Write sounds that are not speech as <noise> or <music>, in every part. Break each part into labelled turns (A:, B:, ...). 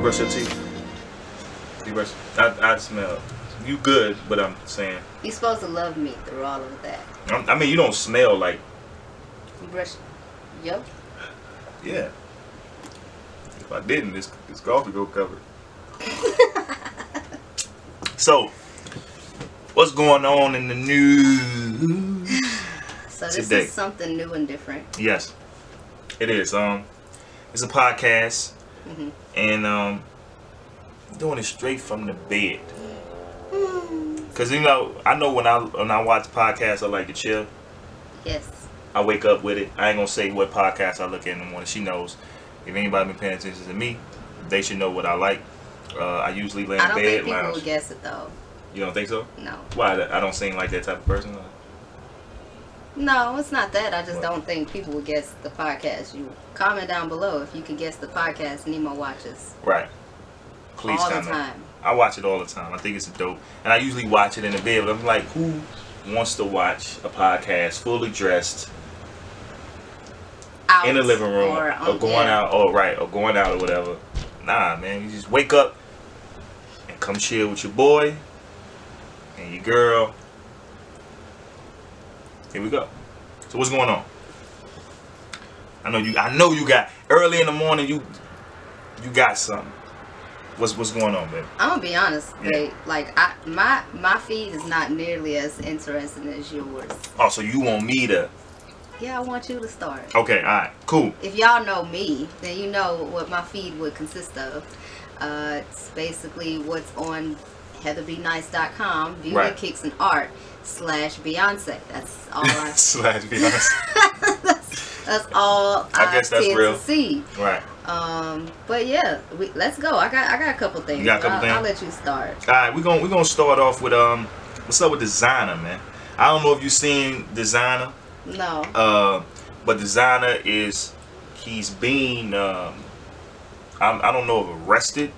A: brush your teeth?
B: You brush. I, I smell. You good, but I'm saying.
C: You're supposed to love me through all of that.
B: I'm, I mean, you don't smell like.
C: You brush your
B: Yeah. If I didn't, this this golf would go covered. so, what's going on in the news?
C: So this
B: Today.
C: is something new and different.
B: Yes, it is. Um, it's a podcast,
C: Mhm.
B: and um, doing it straight from the bed.
C: Mm.
B: Cause you know, I know when I when I watch podcasts, I like to chill.
C: Yes.
B: I wake up with it. I ain't gonna say what podcast I look at in the morning. She knows. If anybody been paying attention to me, they should know what I like. Uh, I usually lay in
C: I don't
B: bed,
C: think people
B: lounge.
C: will guess it though.
B: You don't think so?
C: No.
B: Why? I don't seem like that type of person.
C: No, it's not that. I just
B: What?
C: don't think people will guess the podcast. You comment down below if you can guess the podcast Nemo watches
B: Right. Please
C: all the
B: comment.
C: time.
B: I watch it all the time. I think it's dope, and I usually watch it in the bed. But I'm like, who wants to watch a podcast fully dressed
C: Out
B: in the living room
C: or,
B: or,
C: on-
B: going
C: yeah.
B: out? Or right, or going out or whatever. Nah, man, you just wake up and come chill with your boy and your girl. Here we go. So what's going on? I know you. I know you got early in the morning. You you got something. What's what's going on, baby?
C: I'm gonna be honest,
B: Yeah.
C: babe. Like I, my my feed is not nearly as interesting as yours.
B: Oh, so you want me to?
C: Yeah, I want you to start.
B: Okay, all right, cool.
C: If y'all know me, then you know what my feed would consist of. Uh, it's basically what's on heatherbnice.com, beauty
B: Right.
C: kicks and art slash Beyonce. That's all. I,
B: <laughs> Slash Beyonce.
C: that's, that's all.
B: I guess that's
C: tend
B: real.
C: To see.
B: right.
C: Um, but yeah, we, let's go. I got I got a couple things.
B: You got a couple
C: I'll,
B: things?
C: I'll let you start.
B: All right, we're gonna we're gonna start off with um, what's up with designer, man? I don't know if you've seen designer,
C: No.
B: uh, but designer is he's being um, I'm, I don't know if arrested,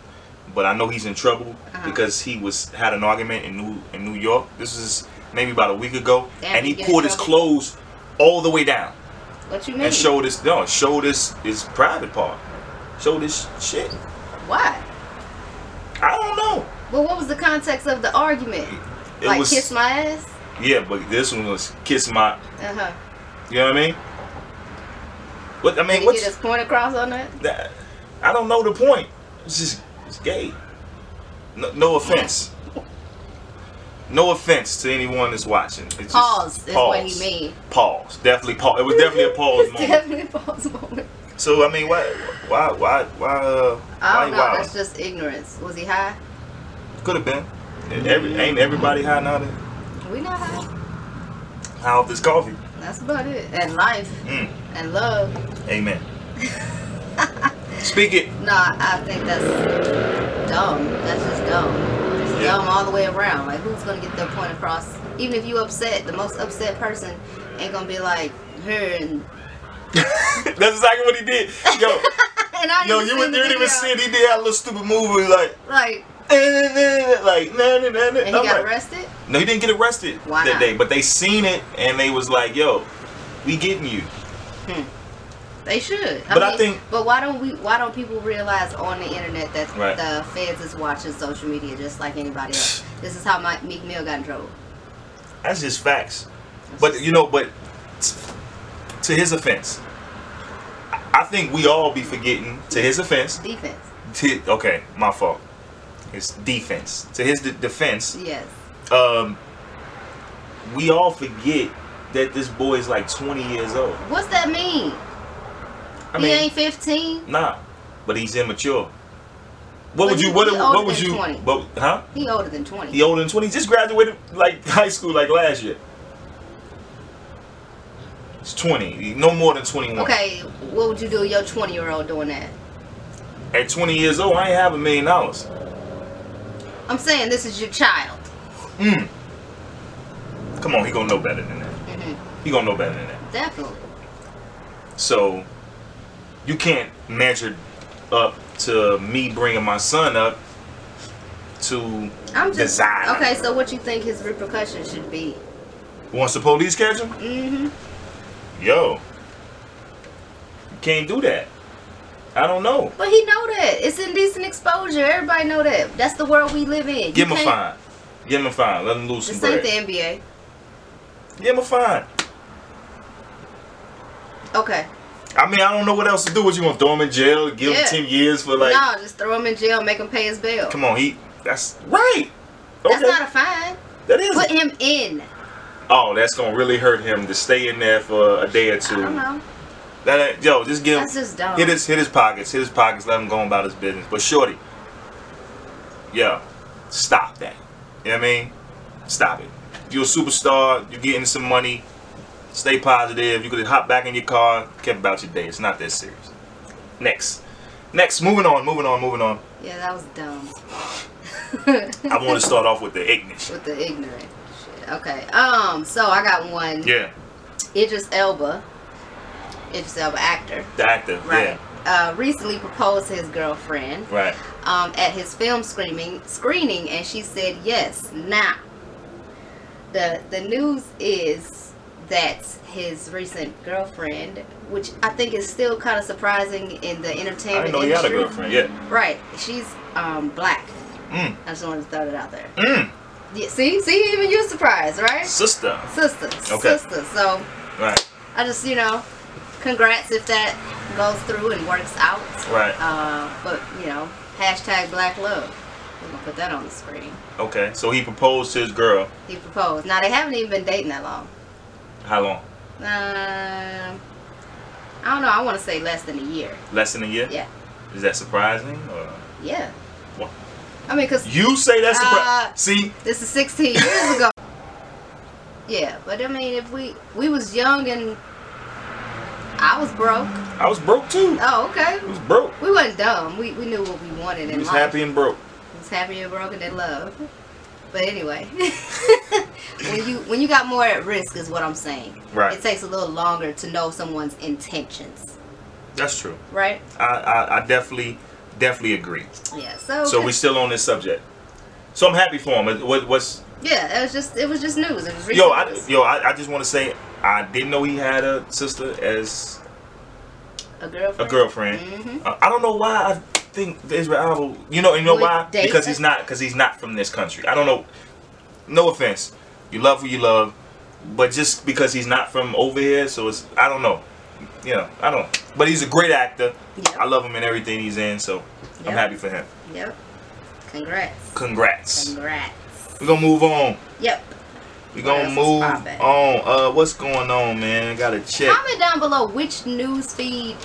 B: but I know he's in trouble
C: Uh-huh.
B: because he was had an argument in New in New York. This is maybe about a week ago,
C: Damn,
B: and
C: he
B: he
C: get in
B: pulled his
C: trouble?
B: clothes all the way down.
C: What you mean?
B: and show this no show this his private part show this shit
C: Why?
B: i don't know
C: Well, what was the context of the argument?
B: it
C: like
B: was
C: kiss my ass?
B: yeah but this one was kiss my
C: Uh huh.
B: you know what i mean what i
C: Did
B: mean
C: he get
B: what's
C: his point across on that?
B: that i don't know the point it's just it's gay no, no offense no offense to anyone that's watching it's just
C: Pause is what he
B: pause.
C: mean.
B: pause definitely pause it was definitely a
C: <laughs>
B: pause
C: It's
B: moment
C: definitely a pause moment.
B: so i mean why why why why uh
C: I don't know.
B: why you
C: That's just ignorance. Was he high?
B: could have been Every, ain't everybody high now that-
C: We not high.
B: high off this coffee
C: That's about it. And life
B: Mm,
C: and love. <laughs>
B: amen. Speak it.
C: No, I I think that's dumb. That's just dumb. It's
B: Yeah.
C: dumb all the way around. Like who's gonna get their point across? Even if you upset, the most upset person ain't gonna be like her and <laughs>
B: That's exactly what he did. Yo,
C: and I
B: yo,
C: didn't
B: you,
C: see
B: would-
C: the
B: you didn't
C: video.
B: even see it. He did that little stupid move where he like,
C: Like
B: eh, eh, eh, eh, like, nah, nah, nah, nah.
C: and he
B: I'm
C: got
B: like-
C: arrested.
B: No, he didn't get arrested
C: Why
B: that
C: not?
B: day, but they seen it and they was like, yo, we getting you.
C: They should.
B: But I think-
C: But why don't we? Why don't people realize on the internet that
B: Right.
C: the feds is watching social media just like anybody
B: <sighs>
C: else? this is how my Meek Mill got in trouble.
B: That's just facts. But you know, but t- to his offense, I- I think we all be forgetting. To his offense,
C: Defense.
B: to, okay, my fault. His defense. To his de- defense,
C: Yes.
B: um, we all forget that this boy is like 20 years old.
C: What's that mean?
B: I
C: he
B: mean,
C: ain't fifteen.
B: nah, but he's immature. What
C: But
B: would
C: he-
B: you? What,
C: he
B: what
C: older
B: would
C: than
B: you?
C: 20.
B: What, huh?
C: He older than twenty.
B: He older than 20. Just graduated like <laughs> high school like last year. He's 20. No more than 21.
C: Okay. What would you do? with Your twenty year old doing that?
B: At 20 years old, I ain't have a million dollars.
C: I'm saying this is your child.
B: Mm. Come on, he gonna know better than that.
C: hmm
B: He gonna know better than that.
C: Definitely.
B: So you can't measure up to me bringing my son up to
C: I'm just
B: design.
C: okay. So what you think his repercussions should be?
B: Once the police catch him,
C: Mm-hmm.
B: yo, you can't do that. I don't know.
C: But he know that. It's indecent exposure. Everybody know that. That's the world we live in. You
B: Give him a
C: can't-
B: fine. Give him a fine. Let him lose some
C: This
B: bread.
C: ain't the NBA.
B: Give him a fine.
C: Okay.
B: I mean, I don't know what else to do. What you gonna throw him in jail? Give
C: Yeah.
B: him ten years for like?
C: no, just throw him in jail, make him pay his bail.
B: Come on, he. That's right. Okay.
C: That's not a fine.
B: that is.
C: Put him in.
B: oh, that's gonna really hurt him to stay in there for a day or two.
C: I don't know.
B: That ain't- yo, just give him.
C: That's just dumb.
B: Hit his hit his pockets. Hit his pockets. Let him go on about his business. But shorty, yo, stop that. You know what I mean? Stop it. You're a superstar. You're getting some money. Stay positive. You could hop back in your car. Keep about your day. It's not that serious. Next, next. Moving on. Moving on. Moving on.
C: Yeah, that was dumb.
B: <laughs> I want to start off with the ignorant. shit.
C: With the ignorant shit. Okay. Um, so I got one.
B: Yeah,
C: Idris Elba. Idris Elba actor.
B: the actor.
C: Right. Uh, recently proposed to his girlfriend.
B: Yeah, right.
C: um, at his film screening, screening, and she said yes. Now, the the news is that his recent girlfriend, which I think is still kind of surprising in the
B: I didn't
C: entertainment
B: know he had a
C: industry,
B: girlfriend. Yeah.
C: right? She's um, black.
B: Mm.
C: I just wanted to throw that out there.
B: Mm.
C: Yeah, see, see, even you're surprised, right?
B: Sister.
C: Sister,
B: Okay.
C: sister. So
B: Right.
C: I just, you know, congrats if that goes through and works out.
B: Right.
C: Uh, but you know, hashtag black love. We're gonna put that on the screen.
B: Okay. So he proposed to his girl.
C: He proposed. Now they haven't even been dating that long.
B: How long?
C: Um, I don't know. I want to say less than a year.
B: Less than a year.
C: Yeah,
B: Is that surprising? Or?
C: yeah.
B: What?
C: I mean, cause
B: You say that's
C: Uh,
B: surprising. See,
C: this is
B: <laughs>
C: 16 years ago. Yeah, but I mean, if we we was young and I was broke.
B: I was broke too.
C: Oh, okay.
B: I was broke.
C: We wasn't dumb. We we knew what we wanted
B: He
C: in
B: was
C: life.
B: happy and broke.
C: was happy and broken in love. But anyway, <laughs> when you when you got more at risk is what I'm saying.
B: Right.
C: It takes a little longer to know someone's intentions,
B: That's true.
C: right?
B: I, I, I definitely, definitely agree.
C: Yeah. So,
B: So we still on this subject. So I'm happy for him. What, what's
C: yeah, it was just it was just news. It was recent
B: yo? I
C: news.
B: yo. I, I just want to say I didn't know he had a sister as
C: a
B: a
C: girlfriend.
B: girlfriend.
C: Mhm.
B: Uh, I don't know why I think the Israel. You know, you know
C: Would
B: why?
C: date
B: Because
C: her?
B: he's not. Because he's not from this country. I don't know. No offense. You love who you love, but just because he's not from over here, so it's I don't know. You know, I don't. But he's a great actor.
C: Yep.
B: I love him in everything he's in, so
C: Yep.
B: I'm happy for him.
C: Mm-hmm. Yep. Congrats.
B: Congrats.
C: Congrats.
B: We're gonna move on.
C: Yep.
B: We're
C: What
B: gonna
C: else is
B: move
C: poppin'?
B: on. Uh, what's going on, man? I gotta check.
C: Comment down below which news feed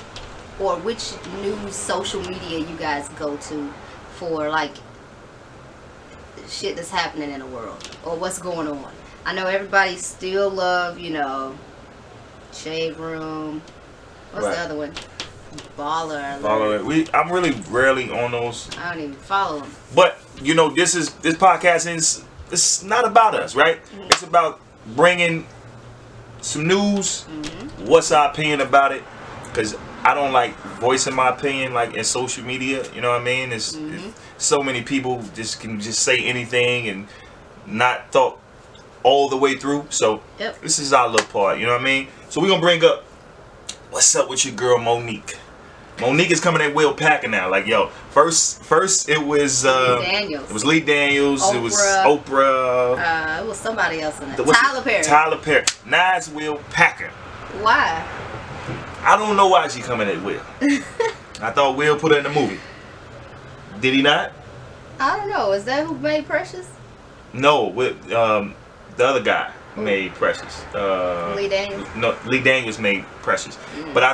C: or which news social media you guys go to for like shit that's happening in the world or what's going on. I know everybody still love, you know, Shade Room. What's
B: Right.
C: the other one? Baller. Alert.
B: Follow it. We, I'm really rarely on those
C: I don't even follow them.
B: But you know, this is this podcast is it's not about us, right? It's about bringing some news. What's our opinion about it? Because I don't like voicing my opinion like in social media. You know what I mean? It's, it's- so many people just can just say anything and not thought all the way through. So
C: Yep.
B: this is our little part. You know what I mean? So we're gonna bring up what's up with your girl Monique. Monique is coming at Will Packer now. Like yo, first first it was uh,
C: Daniels.
B: it was Lee Daniels. It was
C: Oprah.
B: Oprah.
C: Uh, it was somebody else in
B: The-
C: there.
B: what's
C: Tyler
B: it-
C: Perry.
B: Tyler Perry. Now it's Will Packer.
C: Why?
B: I don't know why she coming at
C: <laughs>
B: Will. I thought Will put her in the movie. Did he not?
C: I don't know. Is that who made Precious?
B: No, with um, the other guy made Precious. Uh,
C: Lee Mm. Daniels?
B: No, Lee Daniels made Precious. But I,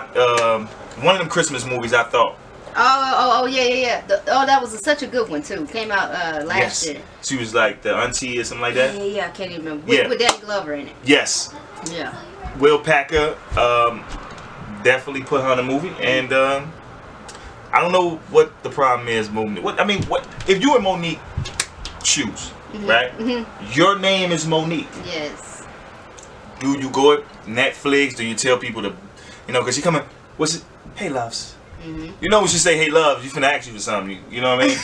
B: um, one of them Christmas movies, I thought.
C: Oh, oh, oh, yeah, yeah, yeah. The, oh, that was such a good one too. Came out uh, last year.
B: She was like the auntie or something like
C: Yeah,
B: that.
C: yeah, yeah. I can't even remember. With,
B: Yeah.
C: with Danny Glover in it.
B: Yes,
C: Yeah.
B: Will Packer um, definitely put her in the movie, and um, I don't know what the problem is. Monique, what I mean, what if you and Monique choose, right? Your name is Monique.
C: Yes.
B: Do you go at Netflix? Do you tell people to, you know, because she coming? What's it? Hey, loves. You know when she say "Hey, loves," you finna ask you for something. You, you know what I mean?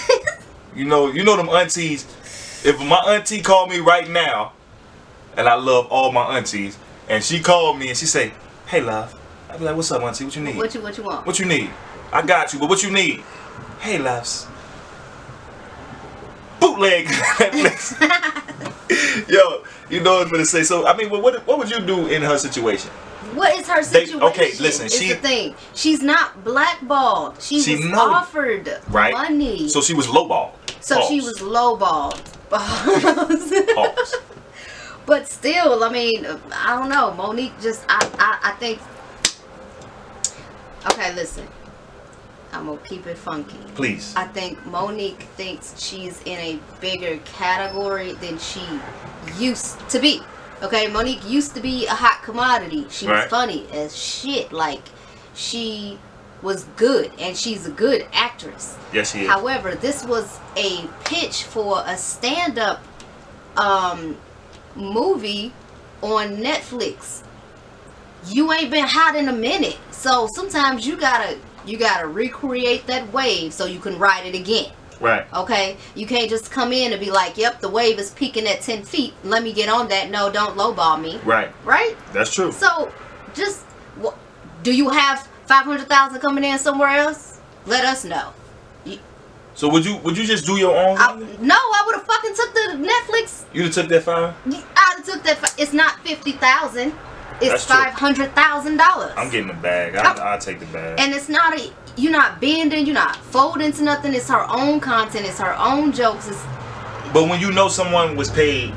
B: you know, you know them aunties. If my auntie called me right now, and I love all my aunties, and she called me and she say, "Hey, love," I'd be like, "What's up, auntie? What you need?
C: What you what you want?
B: What you need? I got you, but what you need? Hey, loves. Bootleg <laughs> Netflix. Yo, you know what I'm gonna say. So I mean, what what, what would you do in her situation?
C: What is her
B: They-
C: situation?
B: okay, listen,
C: is
B: she-
C: the thing. She's not blackballed. She,
B: She
C: was
B: know,
C: offered
B: Right.
C: money.
B: So she was lowball.
C: So she was lowballed. <laughs>
B: Pause.
C: but still, I mean, I don't know. Monique just, I, I, I think. Okay, listen. I'm gonna keep it funky.
B: Please.
C: I think Monique thinks she's in a bigger category than she used to be. Okay, Monique used to be a hot commodity. She
B: Right.
C: was funny as shit. Like, she was good, and she's a good actress.
B: yes, she is.
C: However, this was a pitch for a stand-up um, movie on Netflix. You ain't been hot in a minute, so sometimes you gotta you gotta recreate that wave so you can ride it again.
B: right.
C: Okay, you can't just come in and be like, "Yep, the wave is peaking at ten feet. Let me get on that." No, don't lowball me.
B: Right.
C: Right?
B: That's true.
C: So, just wh- do you have five hundred thousand coming in somewhere else? Let us know.
B: So would you would you just do your own?
C: I,
B: thing?
C: no, I would have fucking took the Netflix.
B: You'd have took that fire.
C: I'd have took that. fi- It's not fifty thousand.
B: That's
C: It's
B: true.
C: five hundred thousand dollars.
B: I'm getting the bag. I, I'll take the bag.
C: And it's not a. You're not bending. You're not folding to nothing. It's her own content. It's her own jokes. It's.
B: but when you know someone was paid,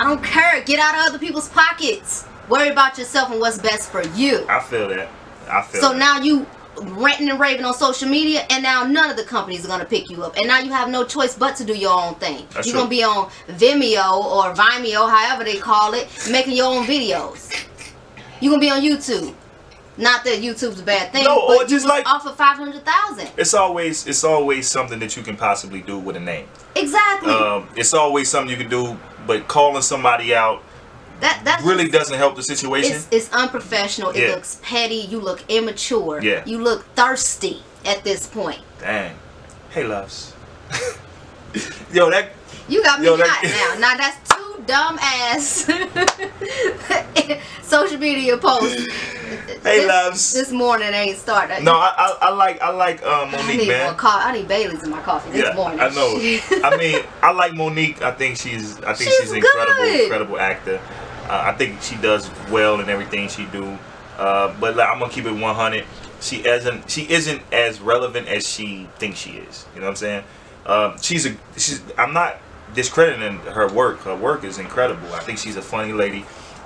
C: I don't care. Get out of other people's pockets. Worry about yourself and what's best for you.
B: I feel that. I feel.
C: So
B: that.
C: now you ranting and raving on social media, and now none of the companies are gonna pick you up, and now you have no choice but to do your own thing.
B: That's
C: You're
B: true.
C: gonna be on Vimeo or Vimeo, however they call it, making your own videos. You're gonna be on YouTube. Not that YouTube's a bad thing,
B: No,
C: but
B: or
C: you
B: just
C: was
B: like-
C: off of five hundred thousand.
B: it's always it's always something that you can possibly do with a name.
C: Exactly.
B: Um, it's always something you can do, but calling somebody out
C: that that's
B: really doesn't help the situation.
C: It's, it's unprofessional.
B: Yeah.
C: It looks petty. You look immature.
B: Yeah.
C: You look thirsty at this point.
B: Dang. Hey, loves. <laughs> Yo, that
C: You got me
B: Yo,
C: Yo,
B: that-
C: now. Now that's two dumb ass <laughs> social media posts.
B: Hey,
C: this,
B: loves.
C: This morning ain't started.
B: no, I I, I like I like uh,
C: I
B: Monique,
C: need
B: man.
C: more coffee. I need Bailey's in my coffee this
B: yeah,
C: morning.
B: I know. I mean, I like Monique. I think she's I think she's,
C: She's
B: an incredible,
C: good.
B: incredible actor. Uh, I think she does well in everything she do. Uh, but like, I'm gonna keep it 100. She isn't she isn't as relevant as she thinks she is. You know what I'm saying? Um, she's a she's. I'm not discrediting her work. Her work is incredible. I think she's a funny lady.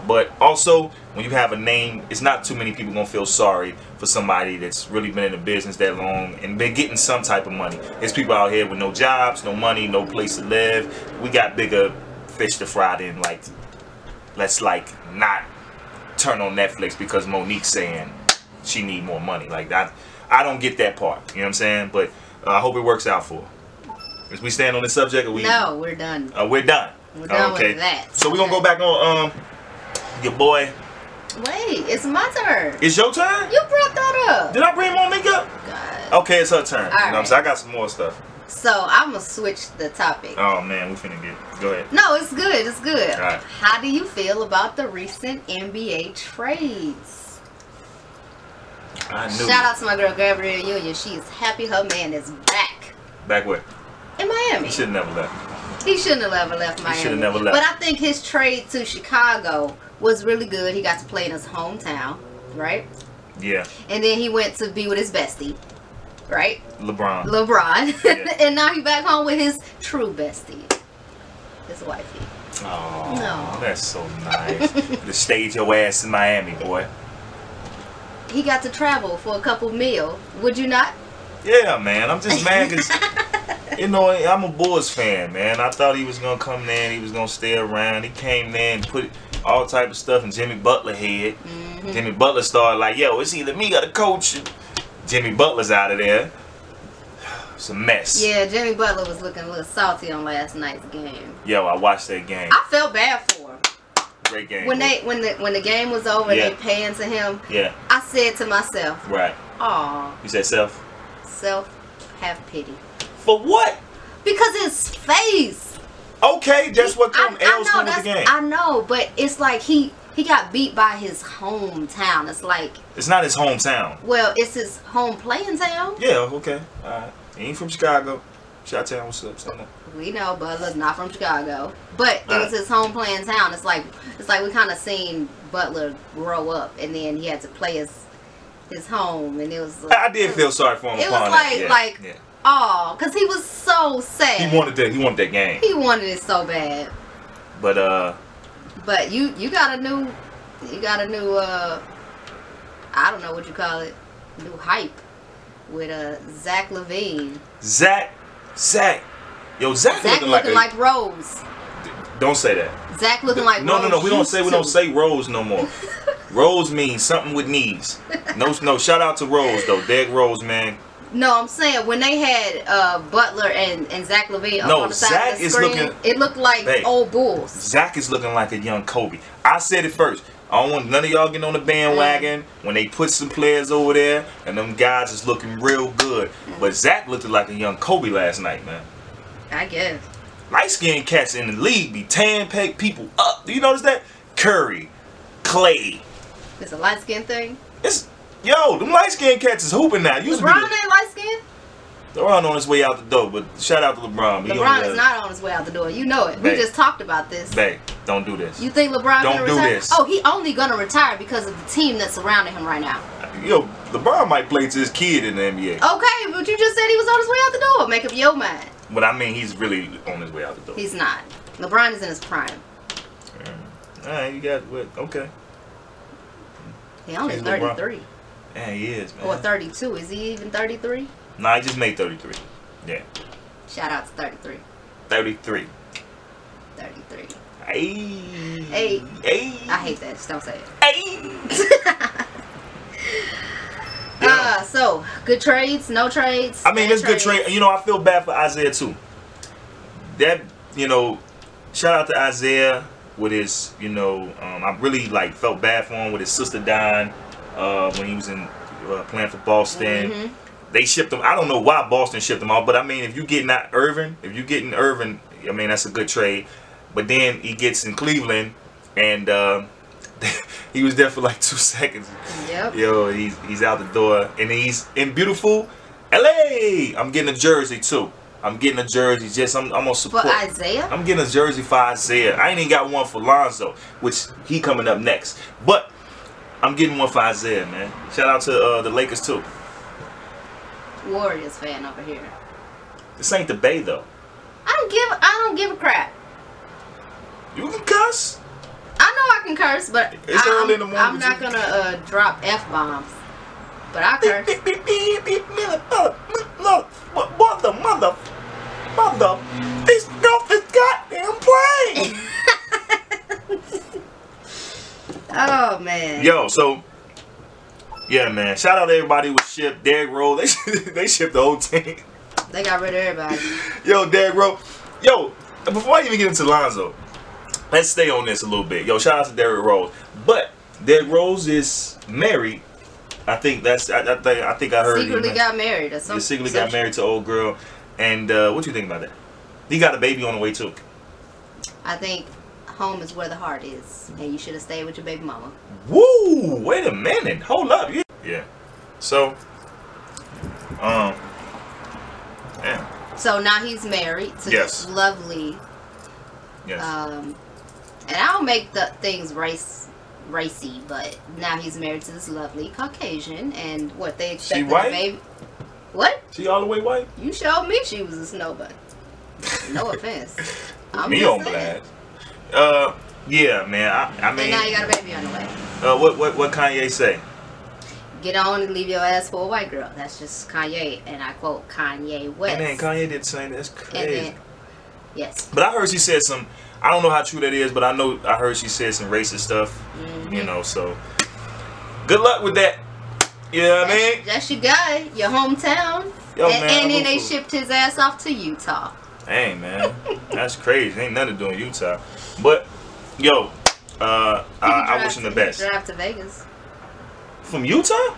B: But also, when you have a name, it's not too many people gonna feel sorry for somebody that's really been in the business that long and been getting some type of money. There's people out here with no jobs, no money, no place to live. We got bigger fish to fry than like, let's like not turn on Netflix because Monique's saying she need more money. Like that, I don't get that part. You know what I'm saying? But uh, I hope it works out for. her. As we stand on this subject, or we
C: <laughs> no, we're done.
B: uh, we're done.
C: We're done with that.
B: So we're gonna go
C: Okay.
B: back on um your boy.
C: Wait, it's my turn.
B: It's your turn?
C: You brought that up.
B: Did I bring Monique up?
C: God.
B: Okay, it's her turn. you know what I'm
C: Alright.
B: saying? I got some more stuff.
C: So I'm gonna switch the topic.
B: Oh man, we finna get go ahead.
C: No, it's good. It's good.
B: Alright.
C: How do you feel about the recent NBA trades?
B: I knew
C: Shout out to my girl Gabrielle Union. She is happy her man is back
B: back where.
C: in Miami.
B: He should have never left.
C: He shouldn't have ever left Miami.
B: should've never left.
C: But I think his trade to Chicago was really good. He got to play in his hometown, right?
B: Yeah.
C: And then he went to be with his bestie, right?
B: LeBron.
C: LeBron. <laughs>
B: Yeah.
C: and now he's back home with his true bestie, his wifey.
B: oh
C: No.
B: that's so nice. <laughs> to stage your ass in Miami, boy.
C: He got to travel for a couple meal. Would you not?
B: Yeah, man. I'm just mad
C: <laughs>
B: because you know I'm a Bulls fan, man. I thought he was gonna come there, and he was gonna stay around. He came there and put all type of stuff in Jimmy Butler head.
C: Mm-hmm.
B: Jimmy Butler started like, "Yo, it's either me or the coach." Jimmy Butler's out of there. It's a mess.
C: Yeah, Jimmy Butler was looking a little salty on last night's game.
B: Yo, I watched that game.
C: I felt bad for him
B: Great game.
C: when they when the when the game was over.
B: Yeah.
C: They panned to him.
B: Yeah.
C: I said to myself,
B: Right.
C: "Aw,
B: You said self.
C: self, have pity."
B: For what?
C: Because his face.
B: Okay, that's what
C: I,
B: come
C: I
B: L's
C: know
B: come with
C: that's
B: the game.
C: I know, but it's like he He got beat by his hometown. It's like,
B: It's not his hometown.
C: well, it's his home playing town.
B: Yeah, okay. All right. He ain't from Chicago. Shot town, what's up? Stand up.
C: We know Butler's not from Chicago, but it
B: Right.
C: was his home playing town. It's like it's like we kind of seen Butler grow up, and then he had to play his his home, and it was.
B: I, I did feel sorry for him.
C: It was
B: upon
C: like-
B: that. Yeah,
C: like-
B: yeah.
C: oh, cause he was so sad.
B: he wanted that. He wanted that game.
C: He wanted it so bad,
B: But uh,
C: but you you got a new you got a new uh I don't know what you call it new hype with uh Zach Levine.
B: Zach, Zach, yo, Zach,
C: Zach
B: looking,
C: looking,
B: like, a,
C: like Rose.
B: Don't say that.
C: Zach looking like
B: no,
C: Rose.
B: no, no. We don't
C: used
B: say we
C: to.
B: don't say Rose no
C: <laughs>
B: more. Rose means something with knees. No, no. Shout out to Rose though. Derek Rose, man.
C: No, I'm saying when they had uh, Butler and, and Zach Levine up
B: No,
C: on the side
B: Zach
C: of the
B: is
C: screen,
B: looking-
C: it looked like
B: Hey.
C: old Bulls.
B: Zach is looking like a young Kobe. I said it first. I don't want none of y'all getting on the bandwagon
C: Mm.
B: when they put some players over there and them guys is looking real good. But Zach looked like a young Kobe last night, man.
C: I guess.
B: light skinned cats in the league be tan peg people up. Do you notice that? Curry, Clay.
C: It's a light skin thing.
B: It's yo, them light skinned cats is hooping now. Used to
C: LeBron
B: be
C: ain't light skin.
B: the, LeBron on his way out the door, but shout out to LeBron. He uh, on
C: LeBron
B: the-
C: is not on his way out the door. You know it.
B: Babe.
C: We just talked about this.
B: Babe, don't do this.
C: You think LeBron
B: Don't
C: gonna
B: do
C: retire?
B: this.
C: Oh, he only gonna retire because of the team that's surrounding him right now.
B: Yo, LeBron might play to his kid in the NBA,
C: Okay, but you just said he was on his way out the door. Make up your mind.
B: but I mean he's really on his way out the door.
C: He's not. LeBron is in his prime.
B: All right, you got what? Okay,
C: He only
B: He's LeBron.
C: 33
B: yeah, he is man.
C: or 32. Is he even 33?
B: nah, he just made thirty three. Yeah,
C: Shout out to 33.
B: thirty three.
C: 33.
B: Hey,
C: Hey.
B: hey,
C: I hate that. Just don't say it.
B: <laughs> hey. Yeah.
C: Uh, so good trades, no trades.
B: I mean,
C: bad
B: it's good trade. You know, I feel bad for Isaiah too. That you know, shout out to Isaiah with his. You know, um, I really like felt bad for him with his sister dying uh, when he was in uh, playing for Boston.
C: Mm-hmm.
B: They shipped him. I don't know why Boston shipped him out, but I mean, if you get not Irvin, if you getting Irvin, I mean that's a good trade. But then he gets in Cleveland, and uh, <laughs> he was there for like two <laughs> seconds.
C: Yep.
B: Yo, he's he's out the door, and he's in beautiful L.A. I'm getting a jersey too. I'm getting a jersey. Just I'm, I'm gonna
C: For
B: support.
C: Isaiah,
B: I'm getting a jersey for Isaiah. I ain't even got one for Lonzo, which he coming up next. But I'm getting one for Isaiah, man. Shout out to uh, the Lakers too.
C: Warriors fan over here.
B: This ain't the Bay though.
C: I don't give. I don't give a crap.
B: You can cuss.
C: I know I can curse, but
B: It's
C: I,
B: early in the
C: I'm-
B: morning,
C: I'm not
B: you-
C: gonna uh, drop f bombs, but I
B: Beep, <laughs>
C: curse.
B: beep, beep, beep, beep, mother, mother, mother, mother, mother, mother. This stuff is goddamn playing.
C: oh man.
B: Yo, so yeah, man. Shout out to everybody who shipped Derrick Rose. <laughs> They they shipped the whole team. <laughs>
C: They got rid of everybody.
B: Yo, Derrick Rose. Yo, before I even get into Lonzo, let's stay on this a little bit. Yo, shout out to Derrick Rose. But Derrick Rose is married. I think that's. I, I think. I think I heard.
C: Secretly
B: him.
C: got married or
B: He
C: something.
B: secretly got married to old girl. And uh, what you think about that? He got a baby on the way too.
C: I think home is where the heart is, and you should have stayed with your baby mama.
B: Woo! Wait a minute. Hold up. You- Yeah. So. Um. Damn.
C: So now he's married to
B: Yes.
C: this lovely
B: Yes.
C: Um, and I don't make the things race racy, but now he's married to this lovely Caucasian, and what they expected
B: white?
C: a baby. What
B: she all the way white.
C: you showed me she was a snow bunny. No offense.
B: <laughs>
C: I'm
B: Me
C: just
B: on
C: saying.
B: blast. Uh, yeah, man. I, I
C: And now you
B: mean,
C: got a baby on the way.
B: uh, what what what Kanye say?
C: Get on and leave your ass for a white girl. That's just Kanye, and I quote Kanye West.
B: And then Kanye did say that's
C: And
B: crazy.
C: then- yes.
B: but I heard she said some. I don't know how true that is, but I know I heard she said some racist stuff.
C: Mhm.
B: You know, so good luck with that. You know what I
C: That's,
B: mean?
C: that's your guy, your hometown,
B: Yo,
C: and,
B: man, I
C: and then
B: root
C: they
B: for-
C: shipped his ass off to Utah.
B: Hey man, that's crazy. Ain't nothing to do in Utah. But yo, uh, I,
C: He could
B: I
C: drive
B: wish him the
C: to- he could
B: best.
C: Drive to Vegas.
B: From Utah?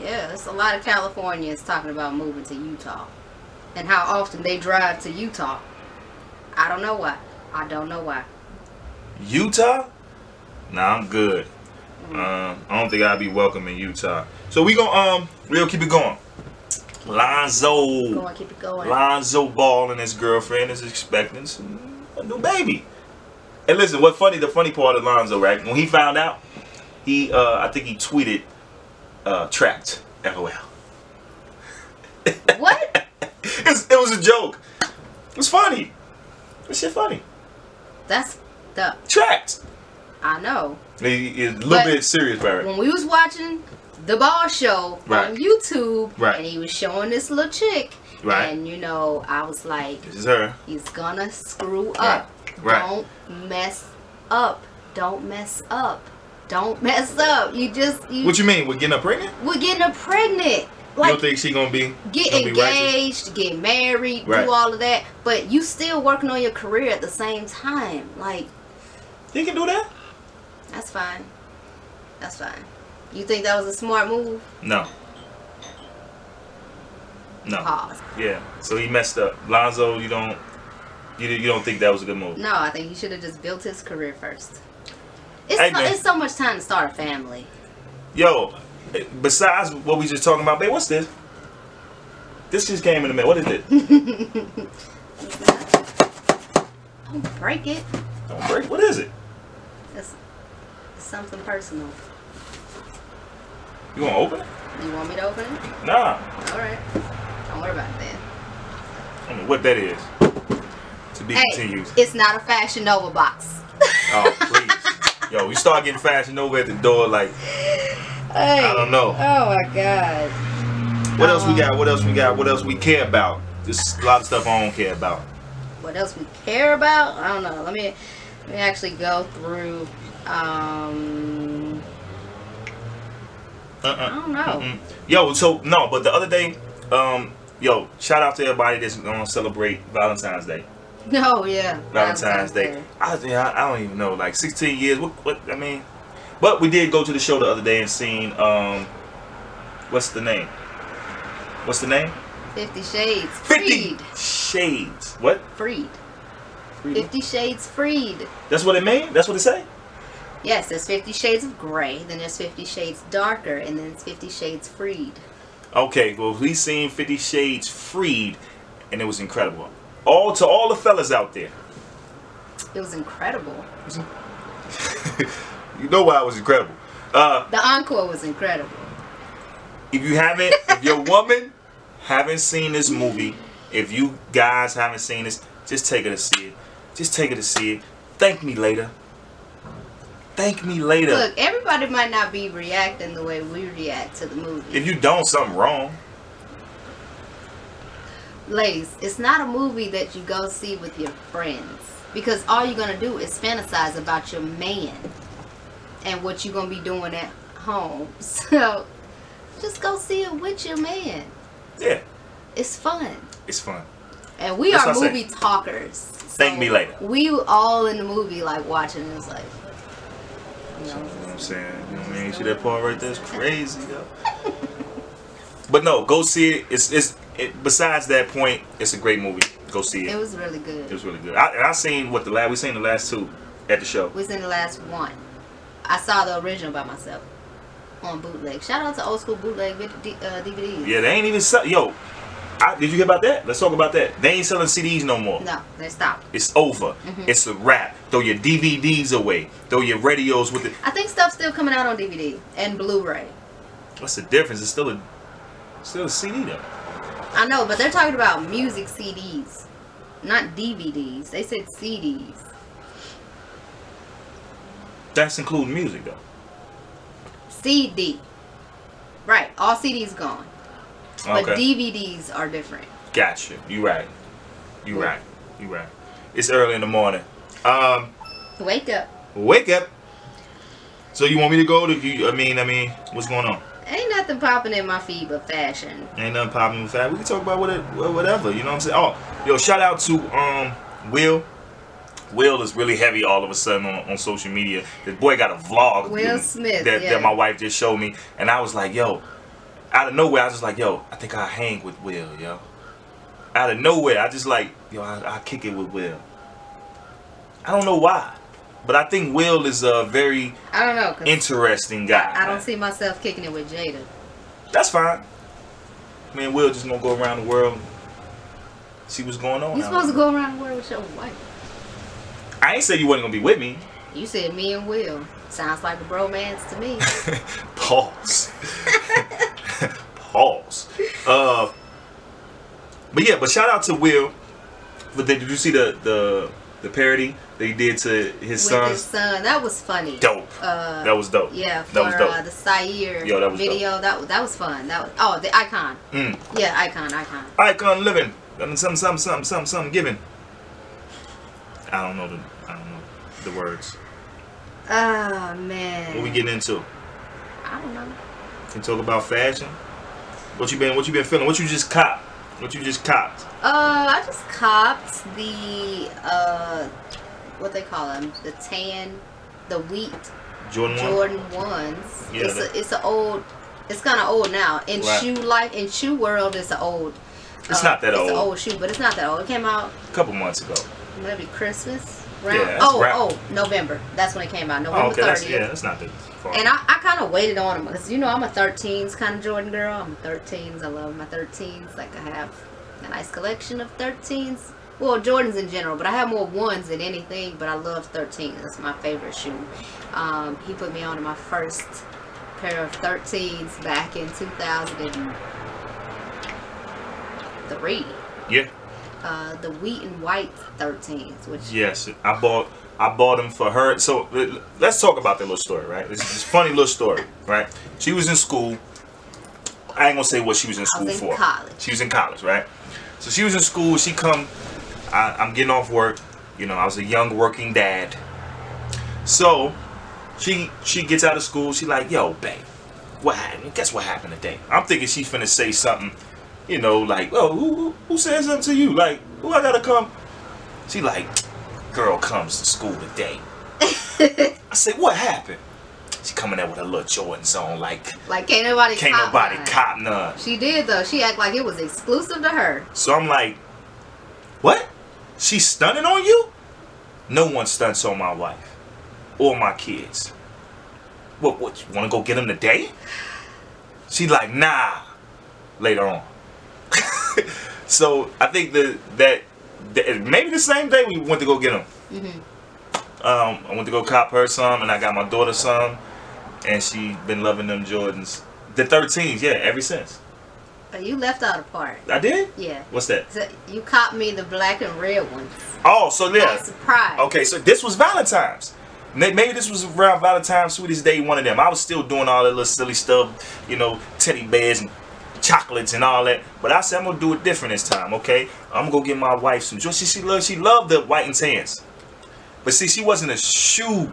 C: Yeah, it's a lot of Californians talking about moving to Utah and how often they drive to Utah. I don't know why. I don't know why.
B: Utah? Nah, I'm good.
C: Mm-hmm.
B: Um, I don't think I'd be welcome in Utah. So we gonna um, we'll keep it going.
C: Go
B: Lonzo,
C: on, keep it going.
B: Lonzo Ball and his girlfriend is expecting some, a new baby. And listen, what funny? The funny part of Lonzo, right? When he found out, he uh, I think he tweeted, uh, "Trapped." LOL.
C: What?
B: <laughs> It's, it was a joke. It's funny. It's shit funny.
C: That's the
B: Trapped.
C: I know.
B: It- it- It's a little
C: But-
B: bit serious, Barrett.
C: When we was watching the ball show
B: Right.
C: on YouTube,
B: Right.
C: and he was showing this little chick,
B: Right.
C: and you know, I was like,
B: This is her.
C: he's gonna screw
B: Right.
C: up.
B: Right.
C: Don't mess up. Don't mess up. Don't mess up. You just you,
B: What you mean? We're getting her pregnant?
C: we're getting her pregnant.
B: you
C: Like
B: don't think she gonna be
C: get
B: gonna be righteous?
C: engaged, get married,
B: Right.
C: do all of that, but you still working on your career at the same time. Like
B: He can do that?
C: that's fine. That's fine. You think that was a smart move?
B: No. No.
C: Pause.
B: Yeah. So he messed up. Lonzo, you don't you, you don't think that was a good move?
C: No, I think he should have just built his career first. It's,
B: Hey,
C: so,
B: man.
C: it's so much time to start a family.
B: Yo, besides what we just talking about, babe, what's this? This just came in the mail. What is it?
C: Don't break it.
B: Don't break. What is it?
C: It's, it's something personal.
B: You gonna open it?
C: You want me to open it?
B: Nah.
C: All right. Don't worry about it
B: I don't know what that is. To be
C: then. Hey,
B: continued.
C: it's not a Fashion Nova box.
B: Oh please. Yo, we start getting fashion over at the door like
C: Hey.
B: I don't know.
C: Oh my God.
B: What else we
C: Um,
B: got? What else we got? What else we care about? There's a lot of stuff I don't care about.
C: What else we care about? I don't know. Let me let me actually go through. Um,
B: Uh-uh.
C: I don't know. <laughs>
B: Mm-mm. Yo, so no, but the other day, um, yo, shout out to everybody that's gonna celebrate Valentine's Day.
C: No, Oh, yeah.
B: Valentine's Day. I, yeah, I I don't even know, like 16 years. What, what I mean, but we did go to the show the other day and seen um, what's the name? What's the name?
C: Fifty Shades.
B: 50
C: Freed.
B: Shades. What?
C: Freed.
B: Freed?
C: Fifty Shades Freed.
B: That's what it mean. That's what it say.
C: Yes, there's Fifty Shades of Grey, then there's Fifty Shades Darker, and then it's Fifty Shades Freed.
B: Okay, well we seen Fifty Shades Freed, and it was incredible. All to all the fellas out there.
C: It was incredible.
B: You know why it was incredible. Uh,
C: The encore was incredible.
B: if you haven't, if your woman haven't seen this movie, if you guys haven't seen this, just take her to see it. Just take her to see it. Thank me later. Thank me later.
C: Look, everybody might not be reacting the way we react to the movie.
B: If you don't, something wrong.
C: Ladies, it's not a movie that you go see with your friends because all you're gonna do is fantasize about your man and what you're gonna be doing at home. <laughs> So just go see it with your man.
B: Yeah,
C: It's fun,
B: it's fun.
C: and we
B: That's
C: are
B: what I say.
C: movie talkers.
B: Thank
C: So
B: me later.
C: We all in the movie like watching it, it's like. You know,
B: You know what I'm saying? You know what I mean? See that part right there is crazy, yo.
C: <laughs>
B: but no, go see it. It's it's it, besides that point, it's a great movie. Go see
C: it
B: it.
C: was really
B: It
C: good.
B: was really good. I, and I seen what the last we seen the last two at the show.
C: was in the last one. I saw the original by myself on bootleg. Shout out to old school bootleg vid- D- uh, DVDs.
B: Yeah, they ain't even sell. Yo, I, did you hear about that? Let's talk about that. They ain't selling CDs no more.
C: No, Mm-hmm. they stopped.
B: It's over. It's a wrap. Throw your DVDs away. Throw your radios with it.
C: I think stuff's still coming out on DVD and Blu-ray.
B: What's the difference? It's still a, still a CD though.
C: I know, but they're talking about music CDs, not DVDs. They said CDs.
B: That's including music though.
C: CD. Right, all CDs gone, but
B: Okay.
C: DVDs are different.
B: Gotcha. You right. You right. You right. It's early in the morning. Um,
C: Wake up.
B: wake up. So you want me to go to? You, I mean, I mean, what's going on?
C: Ain't nothing popping in my feed but fashion.
B: Ain't nothing popping with that. We can talk about what it, wha- whatever. You know what I'm saying? Oh, yo, shout out to um Will. Will is really heavy all of a sudden on, on social media. The boy got a vlog.
C: Will
B: dude,
C: Smith,
B: That,
C: yeah.
B: that my wife just showed me, and I was like, yo, out of nowhere, I was just like, yo, I think I hang with Will, yo. Out of nowhere, I just like, yo, I, I kick it with Will. I don't know why. But I think Will is a very
C: I don't know. 'cause
B: interesting guy.
C: I don't
B: man.
C: see myself kicking it with Jada.
B: That's fine. Me and Will just gonna go around the world, see what's going on.
C: You
B: out
C: supposed to
B: there.
C: go around the world with your wife.
B: I ain't say you wasn't gonna be with me. <laughs>
C: You said me and Will. Sounds like a bromance
B: <laughs>
C: to me.
B: Pause. <laughs> Pause. Uh, but yeah, but shout out to Will. But did you see the the the parody that he did to his
C: with
B: sons?
C: his son. That was funny.
B: Dope.
C: Uh,
B: that was dope.
C: yeah, for
B: that was dope.
C: Uh, the Sair
B: Yo, that was
C: video. That was that was fun. That was oh the icon.
B: Mm.
C: Yeah, icon, icon.
B: Icon living. And some some some some some giving. I don't know the I don't know the words.
C: Oh man.
B: What we getting into?
C: I don't know.
B: Can talk about fashion. What you been what you been feeling? What you just cop? What you just copped?
C: Uh, I just copped the uh, what they call them, the tan, the wheat
B: Jordan one?
C: Jordan ones.
B: Yeah,
C: it's
B: that-
C: a, it's an old. It's kind of old now in
B: Right.
C: shoe life in shoe world. It's an old. uh,
B: It's not that
C: It's an
B: old.
C: old shoe, but it's not that old. It came out
B: A couple months ago.
C: maybe Christmas. Round.
B: Yeah, that's
C: oh,
B: round.
C: oh, November. That's when it came out. November
B: Oh, okay, that's
C: 30th.
B: yeah, that's not that far.
C: And I, I kind of waited on them because you know I'm a 13s kind of Jordan girl. I'm 13s. I love my 13s. Like I have a nice collection of 13s. Well, Jordans in general, but I have more ones than anything. But I love 13s. That's my favorite shoe. Um, he put me on to my first pair of 13s back in 2003.
B: yeah.
C: Uh, the wheat and white 13s, which
B: Yes, I bought I bought them for her. So l- let's talk about that little story, right? It's this funny little story, right? She was in school. I ain't gonna say what she was in
C: I
B: school
C: was in
B: for.
C: college.
B: She was in college, right? So she was in school. She come. I, I'm getting off work. You know, I was a young working dad. So she she gets out of school. She like, yo, babe, what happened? Guess what happened today? I'm thinking she finna say something. You know, like, oh, who, who, who said something to you? Like, who I gotta come? She like, girl comes to school
C: <laughs>
B: today. I say, what happened? She coming out with her little Jordans on, like,
C: like can't nobody
B: can't
C: cop
B: nobody
C: mine.
B: cop none.
C: She did though. She act like it was exclusive to her.
B: So I'm like, what? She's stunning on you? No one stunts on my wife or my kids. What, what, you wanna go get them today? She like, nah, later on. <laughs> so I think the, that, that, maybe the same day we went to go get them.
C: Mhm.
B: Um, I went to go cop her some, and I got my daughter some, and she been loving them Jordans. The 13s, yeah, ever since.
C: But you left out a part.
B: I did?
C: Yeah.
B: What's that?
C: So you caught me the black and red ones.
B: Oh, so yeah.
C: I'm surprised.
B: Okay, so this was Valentine's. May- Maybe this was around Valentine's, Sweetest Day, one of them. I was still doing all that little silly stuff, you know, teddy bears and chocolates and all that. But I said I'm gonna do it different this time, okay? I'm gonna go get my wife some joy. She she loved she loved the white and tans. But see, she wasn't a shoe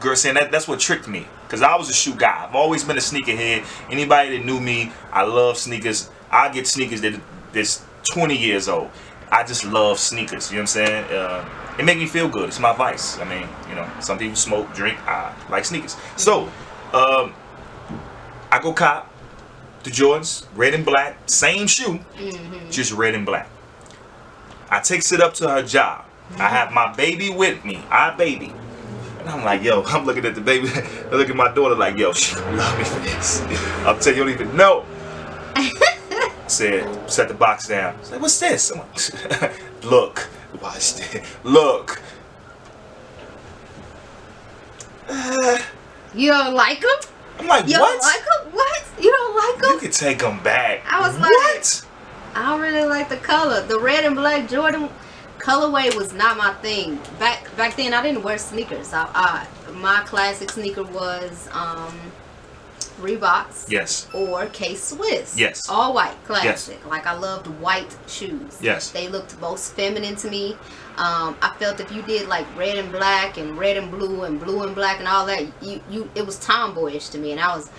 B: girl saying that that's what tricked me. Cause I was a shoe guy. I've always been a sneakerhead. Anybody that knew me, I love sneakers. I get sneakers that that's 20 years old. I just love sneakers. You know what I'm saying? Uh, it make me feel good. It's my vice. I mean, you know, some people smoke, drink. I like sneakers. So, um, I go cop the Jordans, red and black, same shoe, just red and black. I takes it up to her job. I have my baby with me. I baby. And I'm like, yo, <laughs> I'm looking at the baby. I look at my daughter like, yo, <laughs> she gonna love me for this. I'm telling you, you don't even
C: <laughs>
B: know. Said, set the box down. She's like, what's this? I'm like, <laughs> look, watch this. Look.
C: You don't like them?
B: I'm like,
C: You
B: what?
C: don't like them? What? You don't like
B: you
C: them?
B: could take them back.
C: I was like-
B: what?
C: I don't really like the color. The red and black Jordan colorway was not my thing. Back back then, I didn't wear sneakers. I, I my classic sneaker was um Reeboks.
B: Yes.
C: or K Swiss.
B: Yes.
C: All white, classic. Like I loved white shoes.
B: Yes.
C: They looked most feminine to me. Um, I felt if you did like red and black and red and blue and blue and black and all that, you, you it was tomboyish to me, and I was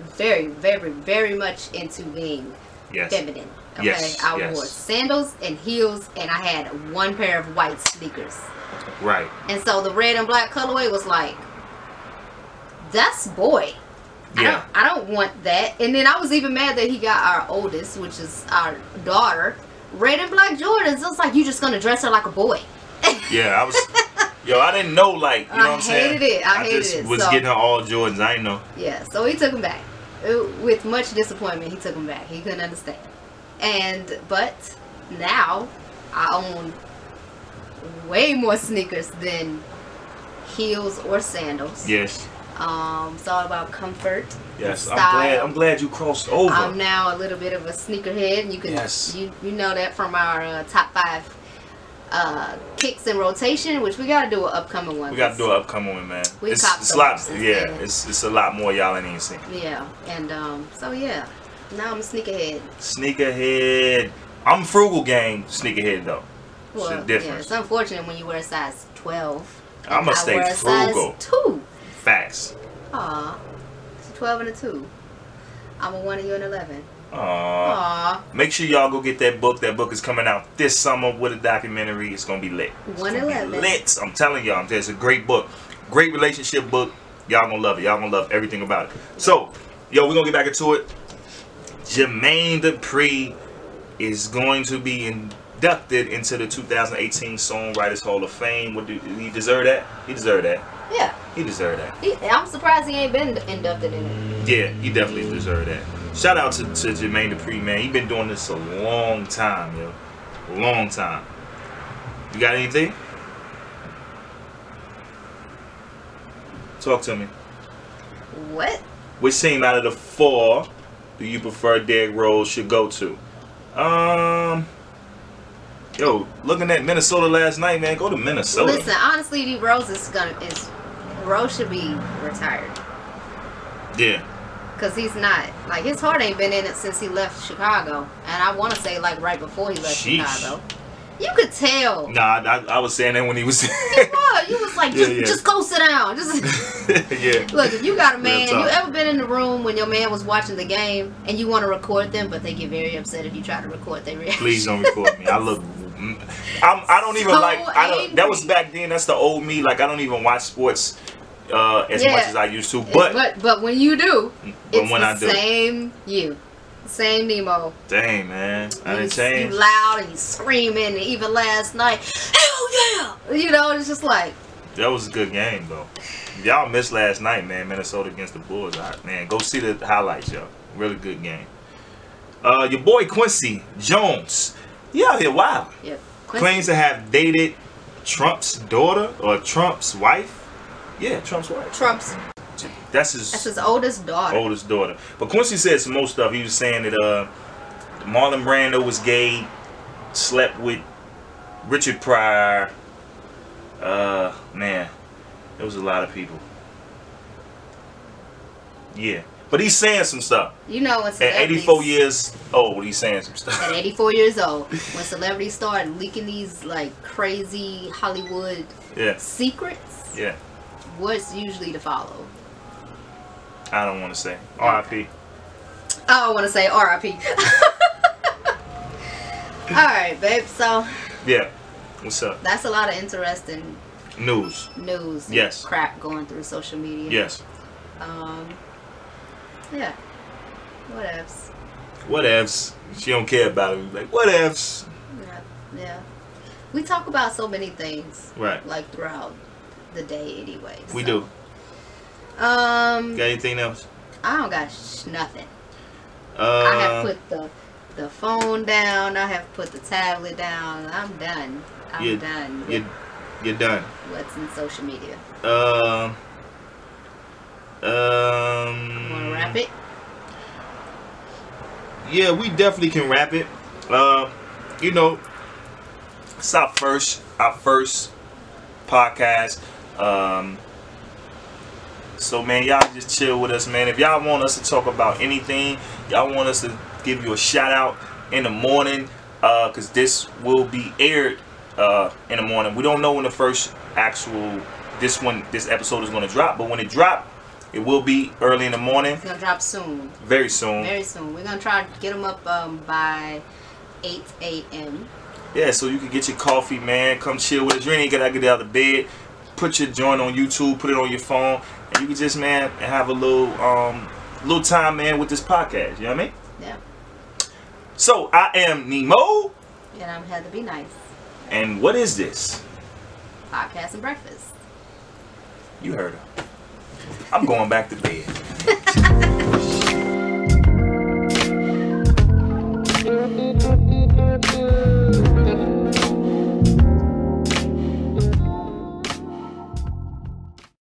C: very, very, very much into being
B: Yes.
C: feminine. Okay,
B: Yes,
C: I
B: yes.
C: wore sandals and heels, and I had one pair of white sneakers.
B: Right.
C: And so the red and black colorway was like, that's boy. I
B: Yeah.
C: don't, I don't want that. And then I was even mad that he got our oldest, which is our <laughs> daughter, red and black Jordans. It's like you just gonna dress her like a boy.
B: Yeah, I was. Yo, I didn't know like you know
C: I
B: what I'm saying.
C: hated it. I hated
B: just
C: it,
B: was
C: so-
B: getting her all Jordans. I didn't know.
C: Yeah, so he took him back. Uh, With much disappointment, he took him back. He couldn't understand. And, but now I own way more sneakers than heels or sandals.
B: Yes.
C: Um, it's all about comfort.
B: Yes. I'm
C: Style.
B: glad. I'm glad you crossed over.
C: I'm now a little bit of a sneakerhead, and you can
B: Yes.
C: you you know that from our uh, top five uh, kicks in rotation, which we gotta do an upcoming one.
B: we got to do an upcoming one, man.
C: We
B: it's
C: copped
B: it's a
C: some
B: lot.
C: since
B: Yeah.
C: then.
B: It's it's a lot more y'all ain't even seen.
C: Yeah, and um, so yeah, now I'm a sneakerhead.
B: Sneakerhead. I'm frugal gang sneakerhead though. It's a
C: Well, yeah,
B: difference.
C: it's unfortunate when you wear a size 12.
B: I'ma
C: And I
B: stay
C: wear a
B: frugal.
C: Size 2.
B: Facts.
C: Aw. It's a 12 and a 2. I'm a 1 and you're an 11.
B: Aww.
C: Aw.
B: Make sure y'all go get that book. That book is coming out this summer with a documentary. It's gonna be lit. It's gonna be
C: 111.
B: Lit. I'm telling y'all, it's a great book. Great relationship book. Y'all gonna love it. Y'all gonna love everything about it. So, yo, we're gonna get back into it. Jermaine Dupri is going to be inducted into the 2018 Songwriters Hall of Fame. What do he deserve that? He deserve that.
C: Yeah.
B: He deserve that.
C: He, I'm surprised he ain't been inducted in it.
B: Yeah, he definitely deserved that. Shout out to, to Jermaine Dupri, man. He been doing this a long time, yo. Long time. You got anything? Talk to me. Mm.
C: What?
B: Which team out of the four do you prefer Derrick Rose should go to? Um, yo, looking at Minnesota last night, man. Go to Minnesota.
C: Listen, honestly, D Rose is gonna is Rose should be retired
B: Yeah,
C: because he's not like his heart ain't been in it since he left Chicago, and I want to say like right before he left
B: Sheesh.
C: Chicago. You could tell.
B: nah, I, I was saying that when he was. <laughs>
C: Well, you was like
B: Yeah,
C: just
B: yeah.
C: just go sit
B: <laughs>
C: down. Just
B: yeah.
C: Look, if you got a
B: Real
C: man,
B: talk.
C: you ever been in the room when your man was watching the game and you want to record them, but they get very upset if you try to record their reaction.
B: Please don't record me. I look. I'm, I don't even
C: So
B: like. I don't, that was
C: angry.
B: back then. That's the old me. Like I don't even watch sports uh, as
C: Yeah.
B: much as I used to.
C: It's-
B: But,
C: <laughs> but but when you do,
B: but
C: it's
B: when
C: the
B: I do,
C: same you, same Nemo.
B: dang man, I
C: You-
B: didn't change.
C: You loud and you screaming, and even last night, hell yeah! You know, it's just like
B: That was a good game though. Y'all missed last night, man. Minnesota against the Bulls. All right, man, go see the highlights, y'all. Really good game. Uh, your boy Quincy Jones. He out here wild.
C: yeah.
B: Claims to have dated Trump's daughter or Trump's wife. Yeah, Trump's wife.
C: Trump's
B: That's his.
C: that's his oldest daughter.
B: oldest daughter. But Quincy said some more stuff. He was saying that uh, Marlon Brando was gay, slept with Richard Pryor. Uh, man, it was a lot of people. Yeah, but he's saying some stuff.
C: You know, when
B: At
C: celebrities-
B: 84 years old, he's saying some
C: at
B: stuff. <laughs>
C: 84 years old, when celebrities start leaking these like crazy Hollywood
B: yeah,
C: secrets,
B: yeah.
C: what's usually to follow?
B: I don't want to say R.I.P.
C: I don't want to say <laughs> RIP. All right, babe. So
B: Yeah. What's up?
C: that's a lot of interesting
B: News.
C: news. and
B: Yes.
C: Crap going through social media.
B: Yes.
C: Um. Yeah. What else?
B: What ifs? She don't care about it. Like what ifs?
C: Yeah. yeah. We talk about so many things
B: Right.
C: like throughout the day, anyway.
B: We
C: so.
B: do.
C: Um.
B: Got anything else?
C: I don't got sh- nothing.
B: Uh,
C: I have put the the phone down. I have put the tablet down. I'm done. I'm
B: You-
C: done with
B: You're, you're done.
C: what's in social media.
B: Um.
C: You
B: Um.
C: want to wrap it?
B: Yeah, we definitely can wrap it. Uh, you know, it's our first, our first podcast. Um, so man, y'all just chill with us, man. If y'all want us to talk about anything, y'all want us to give you a shout out in the morning, uh, cause this will be aired uh in the morning. We don't know when the first actual this one this episode is gonna drop, but when it drop, it will be early in the morning,
C: It's gonna drop soon.
B: very soon.
C: Very soon. We're gonna try to get them up um, by 8 a.m.
B: Yeah, so you can get your coffee, man. Come chill with us. You ain't gotta get out of bed. Put your joint on YouTube. Put it on your phone, and you can just man have a little um little time, man, with this podcast. You know what I mean?
C: Yeah.
B: So I am Nemo,
C: And I'm Heather. Be nice.
B: and what is this?
C: podcast and breakfast.
B: You heard her. I'm going back to bed.